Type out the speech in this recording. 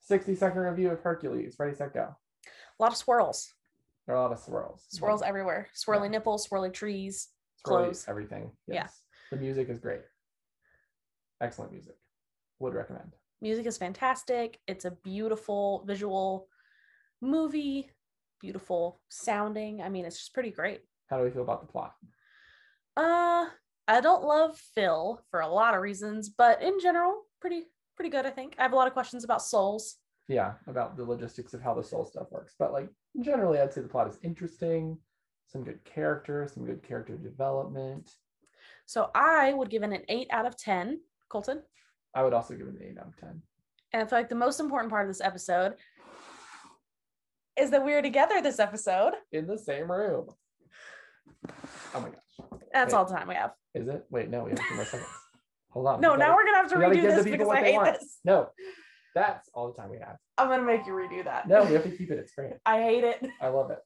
60 second review of Hercules. Ready, set, go. A lot of swirls. There are a lot of swirls. Swirls everywhere. Swirly nipples, swirly trees. Swirly clothes. Everything. Yeah. Yes. The music is great. Excellent music. Would recommend. Music is fantastic. It's a beautiful visual movie, beautiful sounding. I mean, it's just pretty great. How do we feel about the plot? Uh, I don't love Phil for a lot of reasons, but in general, pretty pretty good, I think. I have a lot of questions about souls. yeah, about the logistics of how the soul stuff works. But like generally, I'd say the plot is interesting, some good character, some good character development. So I would give it an 8 out of 10, Colton. I would also give it an eight out of ten. And I feel like the most important part of this episode is that we are together this episode. In the same room. Oh my gosh. That's Wait. all the time we have. Is it? Wait, no, we have two more seconds. Hold on. No, we now gotta- we're gonna have to we gotta redo give the this people because what I they hate want. this. No, that's all the time we have. I'm gonna make you redo that. No, we have to keep it. It's great. I hate it. I love it.